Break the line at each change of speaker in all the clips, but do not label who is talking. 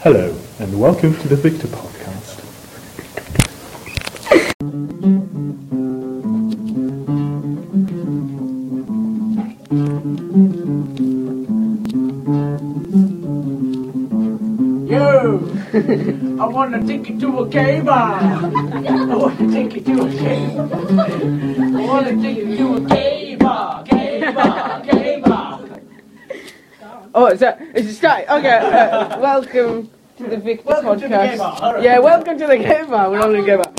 Hello, and welcome to the Victor Podcast.
Yo, I want to take you to a cave. ah. I want to take you to a cave. I want to take you to a cave. ah, Cave, ah, cave. ah.
Oh, is that is it start? Okay, uh, welcome to the Victor
Welcome
podcast.
to the gay bar, alright.
Yeah, welcome to the game bar. We're not in the game bar.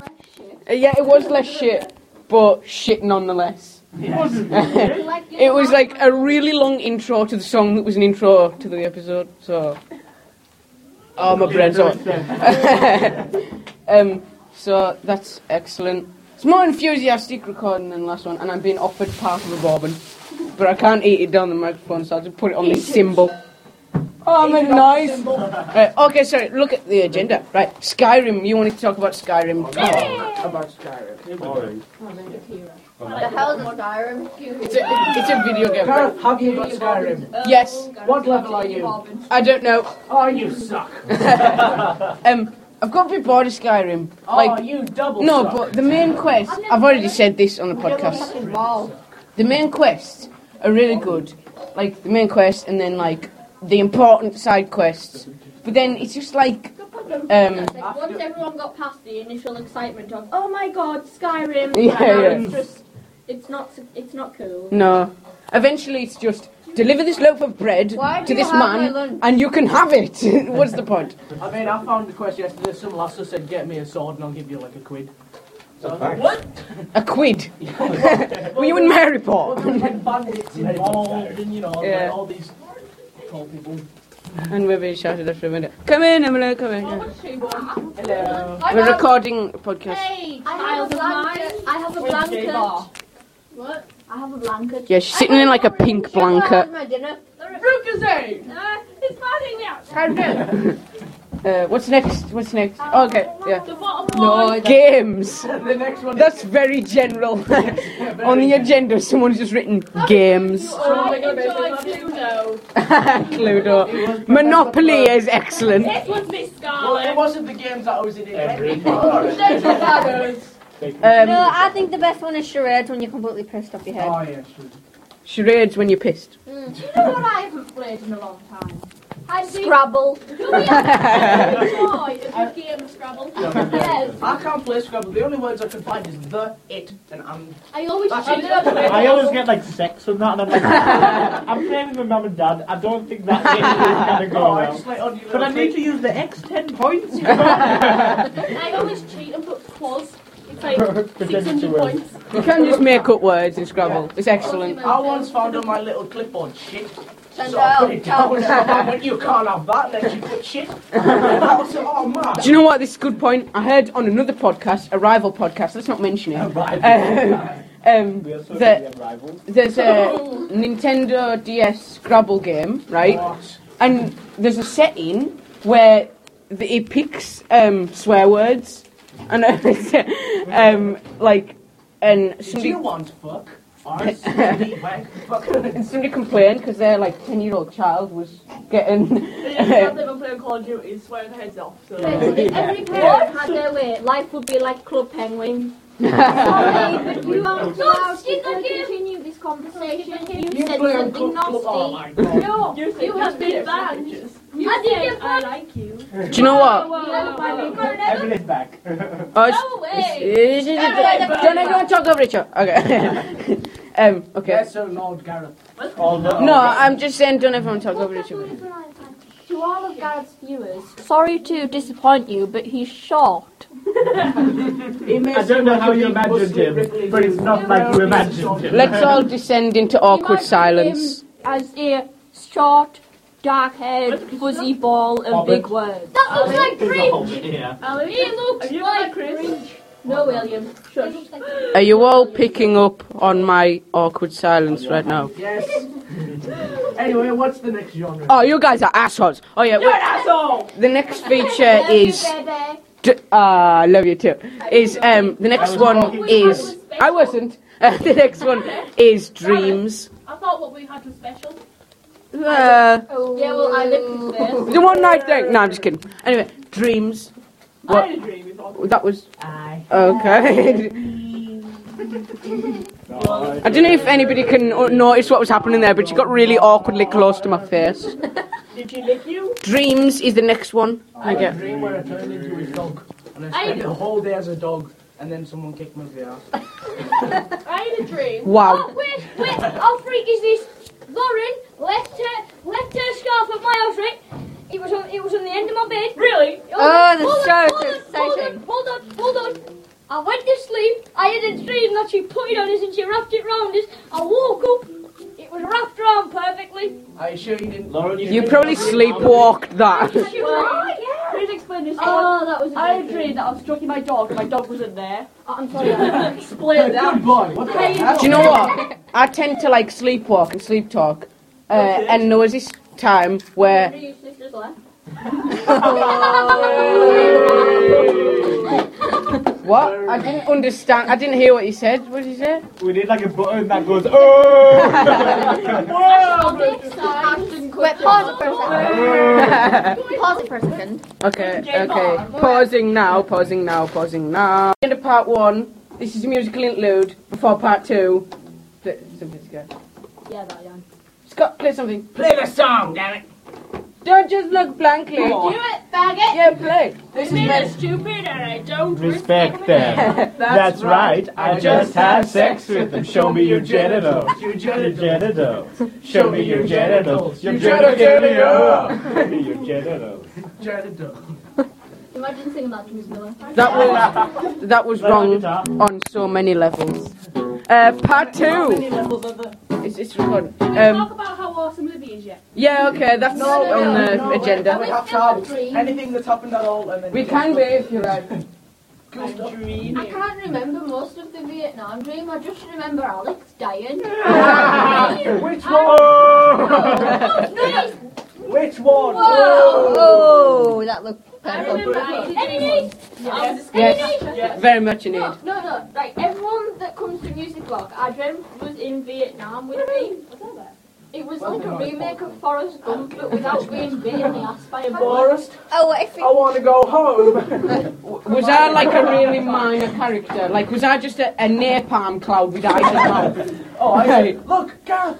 Uh, yeah, it was less shit, but shit nonetheless. It was like a really long intro to the song that was an intro to the episode. So, oh my brain's on. um, so that's excellent. It's more enthusiastic recording than the last one, and I'm being offered part of a bourbon, but I can't eat it down the microphone, so I just put it on this symbol. Oh, I'm a nice. Right, okay, sorry. Look at the agenda. Right, Skyrim. You wanted to talk about Skyrim?
About Skyrim.
The hell is Skyrim?
It's a, it's a video game.
Carl, how do you about Skyrim?
Yes.
What level are you?
I don't know.
Oh, you suck.
Um, I've got a bit bored of Skyrim.
Oh,
Like,
you double
no,
suck.
but the main quest. I've already said this on the podcast.
Um,
The main quests are really good. Like the main quest, and then like the important side quests. But then it's just like um,
Once everyone got past the initial excitement of, oh my god, Skyrim.
Yeah,
now
yeah.
It's just, it's not, it's not cool.
no. Eventually, it's just deliver this loaf of bread
Why do
to
you
this
have my
man,
lunch?
and you can have it. What's the point?
I mean, I found the quest yesterday. Some lass just said, "Get me a sword, and I'll give you like a quid." So I was like, what?
A quid. Were you in
Well,
Maryport?
there was, like bandits involved, and you know, like,
Yeah.
all these tall people.
And we're being shouted after a minute. Come in, Emily, come in.
Oh,
yeah.
Hello.
We're recording a podcast.
Hey,
I
child
have a
of mine.
blanket. I have a
We're in gay
blanket.
bar.
What? I have a blanket.
Yeah, she's sitting in like a pink blanket.
my dinner.
Uh, it's burning me out.
Uh, what's next? What's next? Oh, Okay, yeah.
The bottom one.
Games.
The next one.
That's very general. On the agenda, someone's just written games.
I enjoy Pluto.
Cluedo. Monopoly is excellent.
This one's Miss
Well, it
Scarlet.
wasn't the games that I was in. it was-
Those are others.
Um,
No, I think the best one is charades when you're completely pissed off your head.
Oh, yeah, sure.
charades when you're pissed.
Do you know what I haven't played in a long time? I do.
Scrabble.
Do we have enjoy a good game of Scrabble? Yes.
I can't play Scrabble. The only words I can find is the, it, and I'm.
I always
That's
choose
it.
up with
I always get like sex from that, and I'm like, I'm playing with my mum and dad. I don't think that game is gonna go
Oh, I
well.
just like on you.
But I need to use the X ten points. you know?
I always cheat and put plus. It's like
Pretend it's a
600
word.
points.
You can just make up words in Scrabble. It's excellent.
I once found on my little clipboard shit. So I
Chantal,
put it down and my mum went, you can't have that, then she put shit. And I was like, oh man.
Do you know what? This is a good point. I heard on another podcast, a rival podcast. Let's not mention it. Um, um,
We are so
that-
really rivals.
there's a Nintendo DS Scrabble game, right? And there's a setting where the, it picks um, swear words, and um, like, and
Do
somebody
you want fuck? Arse, titty, wank, fuck.
and somebody complained because their like ten year old child was getting.
Yeah, they were playing Call of Duty, swearing their heads off. So.
If every parent had their way, life would be like Club Penguin. Sorry, but you aren't allowed to continue this conversation. You
You
said
play on
something
club, club, oh
nasty.
my god.
No,
You
you,
said you
have been
said
banned.
you
You
I
said
didn't
I
ban-
like you.
Do you know what?
Whoa, whoa, whoa, whoa.
Everything back.
Oh, it's-
No way.
it's- it's- it's- Don't everyone talk over each other. Okay. um, okay.
Yes, so Lord Gareth.
All the,
No, I'm just saying, don't everyone talk over each other.
To all of Gareth's viewers, sorry to disappoint you, but he's short.
I don't know how you imagined him, but it's not like you imagined him.
Let's all descend into awkward
Imagine
silence.
him As a short, dark haired, fuzzy ball and
Hobbit.
big words.
That looks like cringe.
Yeah.
Alex,
He looks
Have you
like
like cringe?
No, William.
Shush.
Are you all picking up on my awkward silence right now?
Yes. anyway, what's the next genre?
Oh, you guys are assholes. Oh yeah.
You're an
wait.
asshole!
The next feature is. D- Ah, I love you too. Is um the next one is I wasn't. Uh, the next one is dreams.
I thought what we had was Oh. special.
Uh,
Yeah, well, I lived with this.
the one night thing. No, I'm just kidding. Anyway, dreams.
I
What?
had a dream before.
That was
Aye.
okay. I don't know if anybody can o- notice what was happening there, but you got really awkwardly close to my face.
Did she lick you?
Dreams is the next one.
I had
Okay.
a dream where I turned into a dog.
And I spent the whole day as a dog, and then someone kicked me in the ass.
I had a dream.
Oh,
Wow.
wait, wait, how freak is this? Lauren left her, left her scarf at my house, right? It was on, it was on the end of my bed.
Really?
Oh, that's
hold
so
hold
exciting.
on, hold on, hold on, hold on. I went to sleep. I had a dream that she put it on us and she wrapped it round us. I woke up. It was wrapped round perfectly.
Are you sure you didn't?
Lauren,
You probably sleepwalked that.
She was like,
Please explain this.
Oh, that was a
I had a
good
dream that I was stroking my dog. My dog wasn't there.
I'm sorry.
Explain that.
Good boy. What the heck?
Do you know what? I tend to like sleepwalk and sleep talk. Uh, and there was this time where
Your sister's left.
Oh,
what? I didn't understand. I didn't hear what he said. What did he say?
We need like a button that goes, oh!
Wait, pause it for a second. Pause it for a second.
Okay, okay. Pausing now. Pausing now. Pausing now. End of part one. This is a musical interlude before part two. Play, something's good.
Yeah, that young.
Scott, play something.
Play the song, damn it.
Don't just look blankly.
Come
Do it, faggot.
Yeah, play.
This is very stupid, and I don't
Respect them.
That's,
That's right, I just had sex with them. Show me your genitals.
Your
Your
genitals.
genitals. Show me your genitals. Your
Your
genitals. Show me your genitals.
Genitals.
Imagine singing that to Miss Miller.
That was that was wrong on so many levels. Uh, part two. It's, it's recording.
Talk
Um,
about how awesome Libby is yet.
yeah, okay, that's on the
no, wait.
agenda.
We have to have anything that's happened at all, and then
We can be if you like.
Cool stuff.
I can't remember most of the Vietnam dream. I just remember Alex dying.
Which one? Which one?
Oh, that looked
I
painful.
remember I did
Any
Yes.
Yes, very much in need.
No, no, no. Right, everyone that comes to Music Block, I dreamt was in Vietnam with me. It was like a remake of Forrest Gump, but without being bit in the ass by a boar.
Forest.
Oh, I
I want to go home.
Was I like a really minor character? Like, was I just a, a napalm cloud with eyes and mouth?
Oh, I see. Look, Gareth.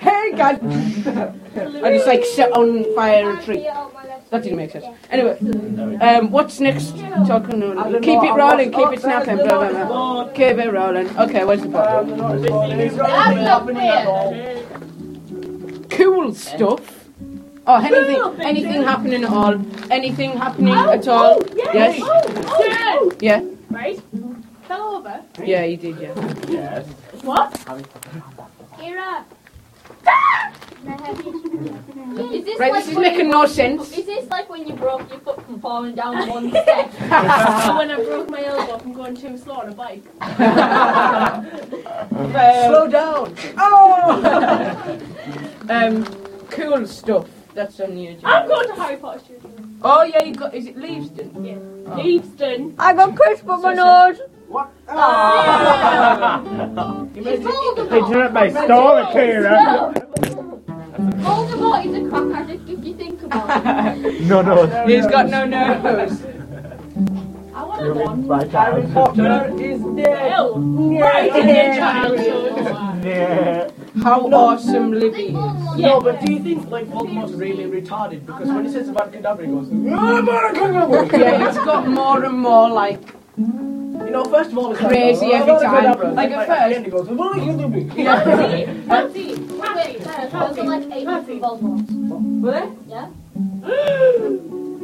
Hey, God! I just like set on fire a tree. That didn't make sense. Anyway, um, what's next? Talking.
I don't
Keep
know,
it
I
rolling.
watched- oh, there's
Keep it snapping.
the
Blah blah
noise.
blah. Keep it rolling. Okay, where's the
Um,
button?
the notice board. It's not
That's
been
not
happening at
fair.
all.
Cool stuff. Oh, anything, anything happening at all? Anything happening at all? Yes.
Jen,
Yeah.
right? Fell over.
Yeah, you did. Yeah.
Yes.
What?
Kira. Is this
Right.
like
This is
when
making
you-
no sense.
Is this like when you broke your foot from falling down one step?
when I broke my elbow from going too slow on a bike.
Slow down. Oh.
Um, cool stuff. That's on the
I'm
agenda.
going to Harry Potter's Studio.
Oh yeah, you got. Is it Leavesden?
Oh.
Leavesden.
I got pushed by my nose.
what? Ah.
Voldemort.
my story, Kira.
Voldemort is a crack addict if you think about it.
No, no.
He's got no nose.
I want to one.
My
Oh,
Harry
child.
Potter is dead.
Hell.
Right
in your childhood.
Yeah.
How awesome Libby is.
No, but do you think like Voldemort's really retarded? Because when he says about Kadabra, he goes, "Abracadabra."
Yeah, it's got more and more like.
You know, first of all, it's
Crazy
like,
every time.
"Abracadabra,"
Like,
then,
at
the
first-
end he goes, "What are you doing?"
Wait, there, that was like eight different Voldemorts.
Were they?
Yeah.
How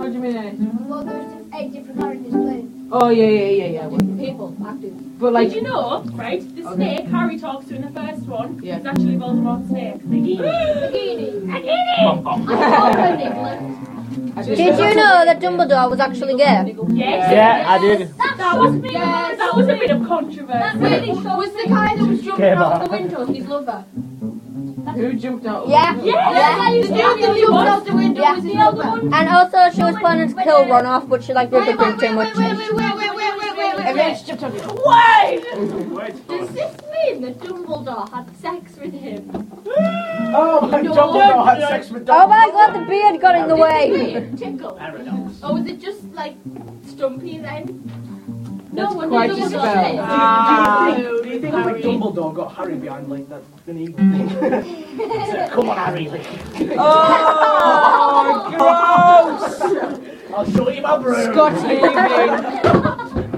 do you mean?
Well, there's eight different characters playing.
Oh yeah, yeah, yeah, yeah.
Different people acting.
But
Did
like,
you know, right? The snake Harry talks to in the first one
Yeah.
is actually Voldemort's snake.
Nagini.
Nagini!
Nagini.
Did you know that Dumbledore was actually gay?
Yes.
Yeah, I did.
That was me. That was a bit of controversy.
Was the guy that was jumping
Came
out
out.
the window his lover?
who jumped out?
Yeah.
Yeah, the dude that jumped out the window
Yeah.
was his lover.
And also, she was planning to kill Ronoff, but she liked the other too much.
wait, wait, wait, wait, wait, wait, wait, wait, wait, wait, wait.
Everyone's jumped out.
Why?
Does this mean thing that Dumbledore had sex with him.
Oh, my Dumbledore had sex with
Oh
Dumbledore.
my god, the beard got in the way.
Wait, tickle.
Paradox.
Or was Oh, it just like Stumpy then?
That's
wonder
quite a spell.
Dumbledore did.
Ah,
Do you
do you think
think
like Dumbledore got Harry behind like that an eagle thing? He said, Come on, Harry.
Oh, gross!
I'll show you my broom.
Scott's leaving.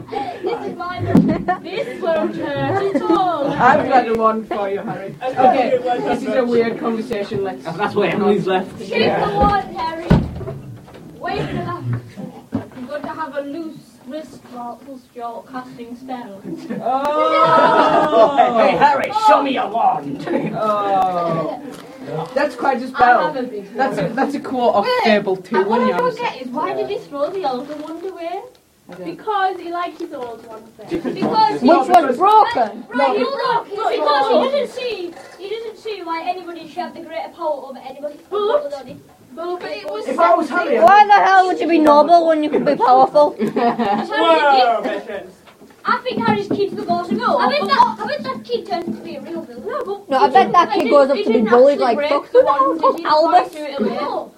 This is my Oh, This won't hurt at all.
I've got the one for you, Harry. Okay, this is a weird conversation. Let's.
That's why Emily's left.
She's the one, Harry. Wait for that. I'm going to have a loose wrist whilst you're casting spells.
Hey, Harry, show me your wand.
Oh. That's quite a
I have
spell.
a big one.
That's a, that's a quote off table two.
And what
When
I
you're
don't get is why did he throw the elder one away?
Because he liked his old one thing.
Because he,
Which was broken.
right, he
Look,
broke his
look,
sword.
because he doesn't see, he doesn't see why anybody should have the greater power over anybody.
But look, but it was
If I was Harry, I'd
Why the hell would you be noble when you could be powerful?
Whoa, veterans.
I think Harry's kid's the boss.
no,
I bet
but-
that, I bet that kid turns to be a real villain.
no, but
No, I
he
bet
didn't-
that
he
kid goes up
didn't-
to
he
be
didn't
bullied
actually
like,
break
fuck,
the
who the
one
hell's
that
called
he
Albert?
threw it away.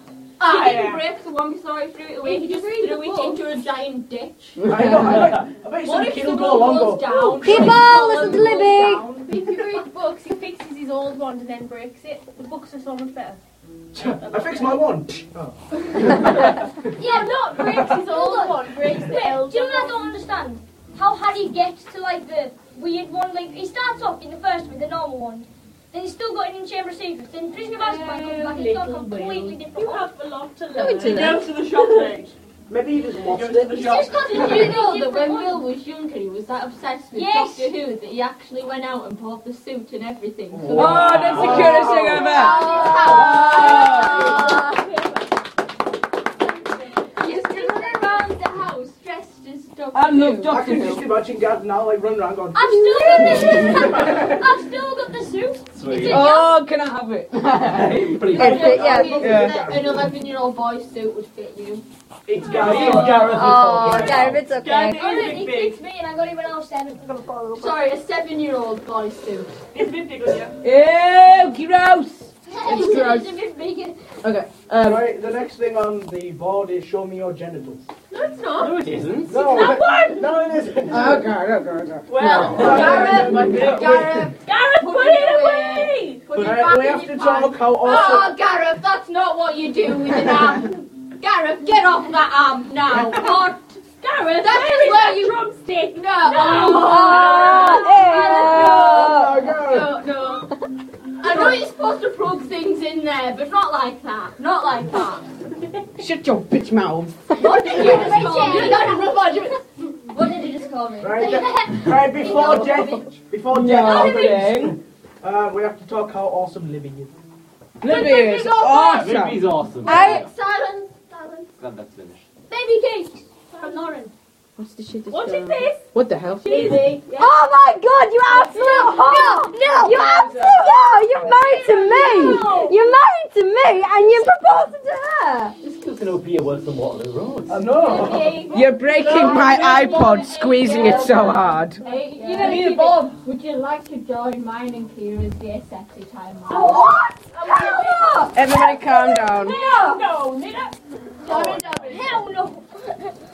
Ah,
He didn't
yeah.
break the one before he threw it away.
If
He
you
just
read
threw
the
it
book-
into a giant ditch.
I know, I know. I bet
What
some
if
kid
the
will go
world
along
goes
and go,
down?
People, listen to Libby.
If he reads books, he fixes his old one and then breaks it. The books are so much better.
I fixed my wand.
Yeah, not breaks his old one.
breaks the
Do you know what I don't understand? How Harry gets to like the weird one? Like he starts off in the first with the normal one, then he's still got it in Chamber of Secrets, then Prisoner of Azkaban comes back, it's got a
Little
completely different
You
one.
have a lot to learn.
Go to the shop, mate.
Maybe he just lost
Go to
it.
the shop.
Just 'cause
Did
it's
you
a
know that
different
when
one.
Will was younger, he was that obsessed with
Yes.
Doctor Who that he actually went out and bought the suit and everything? So
Oh, that's the cutest thing
Oh.
ever. Oh.
he's running around the house dressed as Doctor
I love
Who.
I
Doctor
can just
Who.
imagine Gad now like run around going,
I've still got the suit. I've still got the suit.
Oh, can I have it?
hey, pretty
I
It's
good.
don't
it, yeah.
know if
Yeah.
An 11 year old boy's suit would fit you.
It's Gareth. It's Gareth. it's
Oh,
all
Gareth, it's okay.
Oh, no, he picked me and I got him when I was seven. I'm gonna follow.
Sorry, a 7 year old boy's suit.
Ew, gross. It's gross.
It's a bit bigger.
Okay. Um,
Right, the next thing on the board is show me your genitals.
No, it's not.
No, it isn't.
No, but- no, it isn't.
oh god, oh god, oh god.
Well,
Gareth, Gareth, Gareth, put, it away. Put it
Right,
back
we
in
have
your
to
pants.
talk how
Oh,
awesome.
Gareth, that's not what you do with an arm. Gareth, get off that arm now. God, Gareth, that is where you drumstick. No. Oh,
Ah,
Oh, my God.
No, no. I know you're supposed to plug things in there, but not like that. Not like that.
Shut your bitch mouth.
What did you just call me?
Richard.
You don't have a budget.
What did you just call me?
Right, de- right before death, before
No,
death,
thing.
uh, we have to talk how awesome living is.
Libby is awesome.
Libby's awesome.
I-
Silence, silence.
Glad that's finished.
Baby cake from Lauren.
What's the shit
What is this?
What the hell?
Cheesy. Yeah.
Oh my god, you absolute whore! No, you absolute whore! You're married to me! You're married to me and you're proposing to her!
This could no beer worse than Waterloo Road.
I know.
You're breaking my iPod, squeezing it so hard.
Hey,
You gotta keep it-
Bob, would you like to join mine and Kira's Yes Sexy Time? Oh,
What?
Everybody calm down.
no! No, Nina!
Hell no.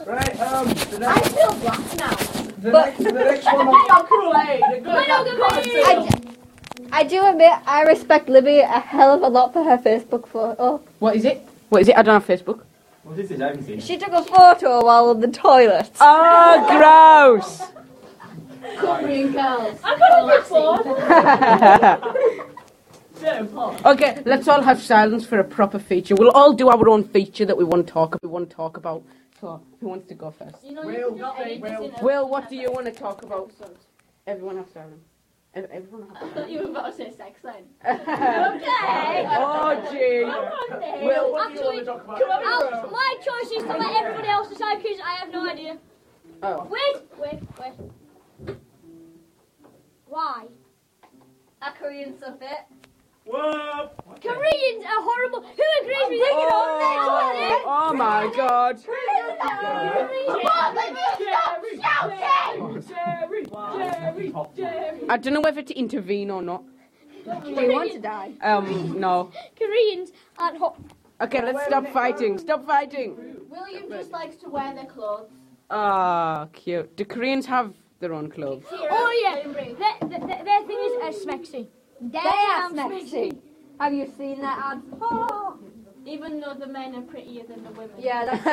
Right, um, the
I
next,
feel black now.
the next, the next one. on-
But I'm gonna
I, d- I do admit, I respect Libby a hell of a lot for her Facebook photo.
What is it? What is it? I don't have Facebook.
What is it? I haven't seen it.
She took a photo while in the toilet.
Oh, gross.
Covering girls.
I couldn't afford.
okay, let's all have silence for a proper feature. We'll all do our own feature that we want to talk we want to talk about. So, who wants to go first?
You know,
Will,
you can edit
Will.
this in a-
Will, what do you want to talk about? Everyone have silence. Ev- Everyone have
I thought you were about to say sex then.
silence.
Okay.
oh, gee.
Will, what do you want to
Actually,
talk about?
I'll- my choice is to let everybody else decide because I have no idea.
Oh.
Wait, wait, wait. Why?
A Korean subject.
Whoa.
Koreans are horrible. Who agrees with you?
Oh, oh my god.
Koreans are horrible.
Jerry, Jerry, Jerry, Jerry,
Jerry, Jerry.
I don't know whether to intervene or not.
Do you want to die?
Um, no.
Koreans aren't hot.
Okay, let's stop fighting. Stop fighting.
William just likes to wear their clothes.
Ah, cute. Do Koreans have their own clothes?
Oh yeah, their, their, their- their thing is uh, smexy.
Damn, Smexy. Have you seen that ad? Oh.
Even though the men are prettier than the women.
Yeah, that's,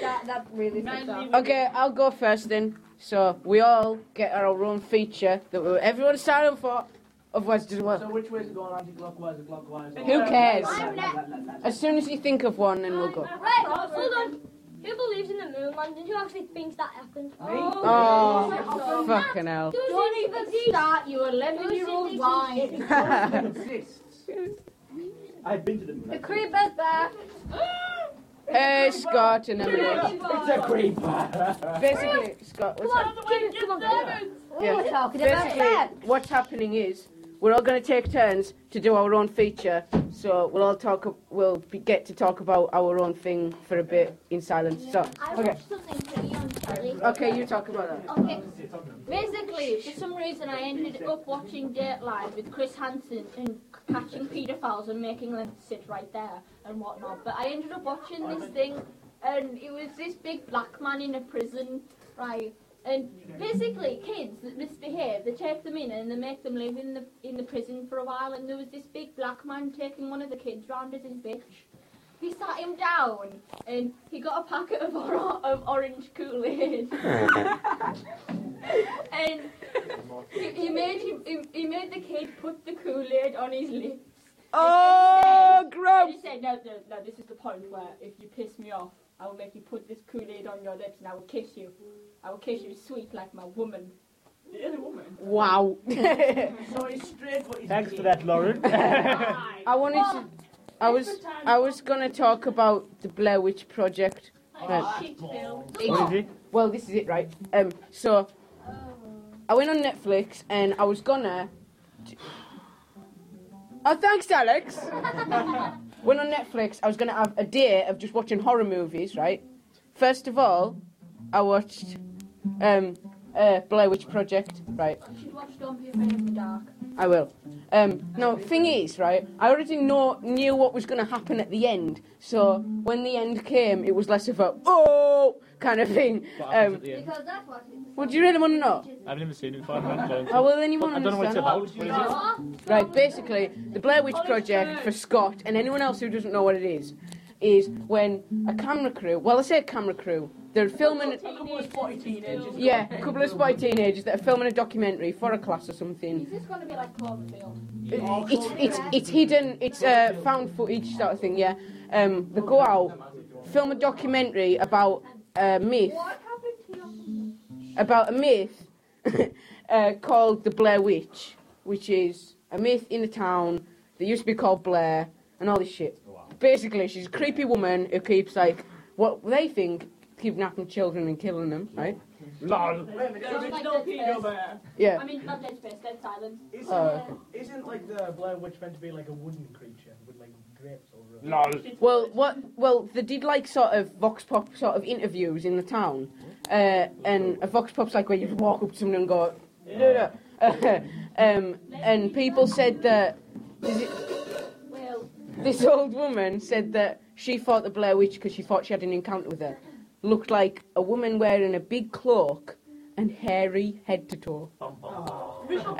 that, that really sucks. off.
Okay, I'll go first then. So we all get our own feature that we- everyone's signing for. Otherwise, it doesn't work.
So which way is it going? Anti-clockwise or clockwise?
Who cares?
cares?
As soon as you think of one, then we'll go.
Right, hold on. Who believes in the moon landing? Who actually thinks that happened?
Oh, fucking hell.
Don't even
Start your 11 year old line.
exists. I've been to the moon.
The creeper's back.
Hey, Scott and Emily.
It's a creeper.
Basically, Scott, what's, hap-
Come on,
We were talking about that.
basically, what's happening is we're all going to take turns to do our own feature. So we'll all talk. ab- We'll be, get to talk about our own thing for a bit in silence. So,
I
Okay. Uh,
watched something pretty on telly.
okay, you talk about that.
Okay. Basically, for some reason, I ended up watching Dateline with Chris Hansen and catching paedophiles and making them sit right there and whatnot. But I ended up watching this thing, and it was this big black man in a prison, right? And basically, kids that misbehave, they take them in and they make them live in the in the prison for a while. And there was this big black man taking one of the kids round as his bitch. He sat him down and he got a packet of, or- of orange Kool Aid. and he, he made him, he, he made the kid put the Kool Aid on his lips.
Oh,
Um,
And
gross!
he said, no, no, no, this is the point where if you piss me off, I will make you put this Kool Aid on your lips and I will kiss you. I will kiss you sweet like my woman.
The other woman.
Wow.
So he's straight, but he's
Thanks for
gay.
that, Lauren.
I wanted to. I was. I was gonna talk about the Blair Witch Project.
Like shit film.
what is it?
Well, this is it, right? Um, so I went on Netflix and I was gonna. Oh, thanks, Alex. went on Netflix. I was gonna have a day of just watching horror movies, right? First of all, I watched um, uh, Blair Witch Project, right?
She'd watch Don't Be Afraid of the Dark.
I will. Um, no, thing is, right? I already know, knew what was going to happen at the end, so when the end came, it was less of a oh kind of thing.
What happens at
Um,
the end?
Because that's what it's
well, do you really want to know?
I've never seen it before. I can't comment.
Oh, well, anyone
I don't know what it's
understand?
about. What is it?
Right, basically, the Blair Witch Project for Scott and anyone else who doesn't know what it is, is when a camera crew, well, I say a camera crew, they're filming.
A couple of spotty teenagers.
Yeah, a couple of spy teenagers that are filming a documentary for a class or something.
Is this going to be like Cloverfield?
It's it's it's hidden. It's uh, found footage sort of thing. Yeah, um, they go out, film a documentary about a myth. About a myth uh, called the Blair Witch, which is a myth in a town that used to be called Blair and all this shit. Basically, she's a creepy woman who keeps like what they think kidnapping children and killing them, right?
Lol.
There is no pedo bear.
Yeah.
I mean, not Dead Space, Dead Silence.
Isn't,
Uh.
isn't like the Blair Witch meant to be like a wooden creature with like grapes or?
Lol.
Well, what? Well, they did like sort of vox pop sort of interviews in the town, uh, and a vox pop's like where you walk up to someone and go, no, no. um, and people said that
Well,
this old woman said that she thought the Blair Witch because she thought she had an encounter with her looked like a woman wearing a big cloak and hairy head to toe.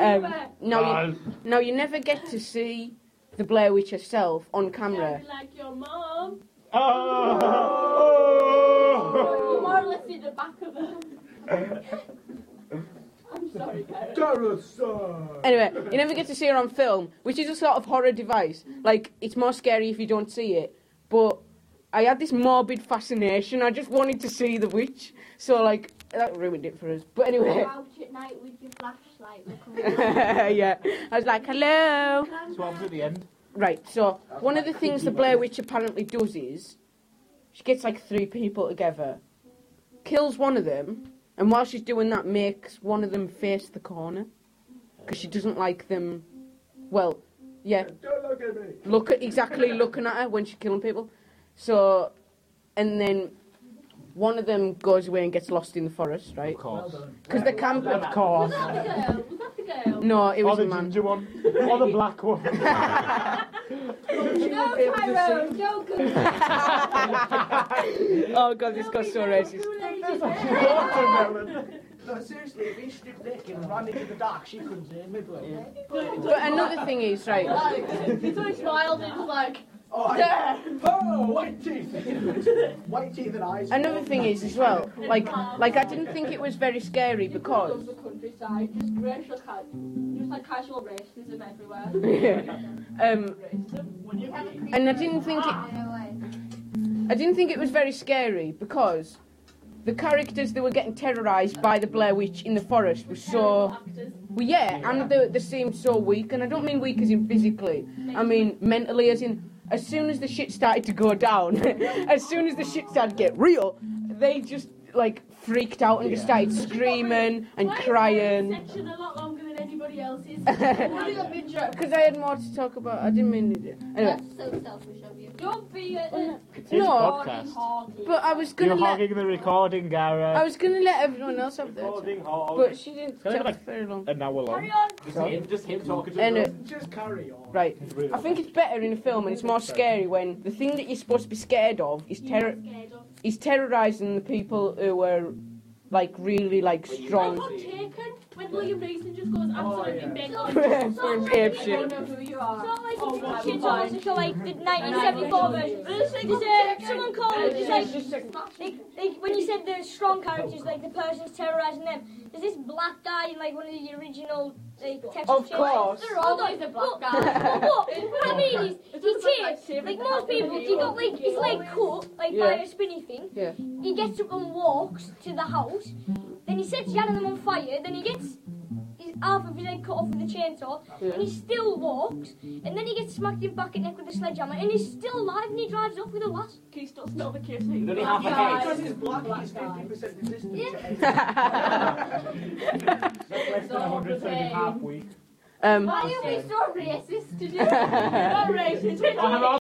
Um, now, you,
Lol.
now you never get to see the Blair Witch herself on camera.
like your mom.
Oh.
You more or less see the back of her. I'm sorry, guys.
Anyway, you never get to see her on film, which is a sort of horror device. Like, it's more scary if you don't see it. But I had this morbid fascination. I just wanted to see the witch. So, like, that ruined it for us. But
Go
anyway,
out at night with your flashlight. look around.
yeah. I was like, hello.
So what happens at the end?
Right, so one of the things the Blair Witch apparently does is she gets like three people together, kills one of them, and while she's doing that, makes one of them face the corner. Because she doesn't like them. Well, yeah.
Don't look at me.
look at exactly looking at her when she's killing people. So, and then One of them goes away and gets lost in the forest, right?
Of course.
Because the camp, of course.
that the girl? Was that the girl?
No, it
Or
was
Oh, the
a man.
ginger one. Or the black one.
No, Tyrone, don't go.
Oh god, this got so racist.
Watermelon.
No, seriously, if he stood naked and ran into the dark, she couldn't see me, bloody.
But another thing is, right?
He sort of smiled and was like,
Oh, I, oh, white teeth! white teeth and eyes.
Another thing is as well, like, like I didn't think it was very scary because.
the countryside, just racial, ca- just like casual racism everywhere.
um,
When you eat,
and I didn't think it. I didn't think it was very scary because the characters that were getting terrorized by the Blair Witch in the forest were so.
actors.
Well, yeah, and they, they seemed so weak, and I don't mean weak as in physically. I mean mentally, as in as soon as the shit started to go down, as soon as the shit started to get real, they just like freaked out and just started screaming and
Why is
crying.
my Section a lot longer than anybody else's.
Because I had more to talk about. I didn't mean it. Anyway,
That's so selfish of you.
Don't be a, a
It's
No.
podcast.
but I was gonna
You're
let
hogging the recording,
I
Gareth.
was gonna let everyone else have their turn,
recording hog.
but she didn't
Can I go
talk
back?
very long.
An hour long.
Just him, just him talking to
Anyway,
the
Just carry on.
right.
It's really
I think it's better in a film and it's more scary when the thing that you're supposed to be scared of is terror is terrorizing the people who were like really like
I
strong.
got taken when William Mason just goes absolutely
yeah.
mental.
Apeshit.
It's not like
Oh,
he's
well,
a
kids
kid
always
or
look like the 1974 version.
something.
There's a, someone called it, it's like, like, like, when you said the strong characters, like the person's terrorising them, there's this black guy in like one of the original like, Texas
Of
Chainsaw-
course.
They're all like the black guy. What, what I mean is, he takes, like most people, he got like his leg cut, like by
Yeah.
a spinny thing.
Yeah.
He gets up and walks to the house, then he sets Jan and them on fire, then he gets his half of his head cut off with a chainsaw, and he still walks, and then he gets smacked in the back and neck with a sledgehammer, and he's still alive, and he drives off with a lass.
Can you still smell the kiss?
Then he half a head.
Because he's black, he's 50% resistant to anything.
less than 130 half week.
Um
Why are we so racist today?
Not racist.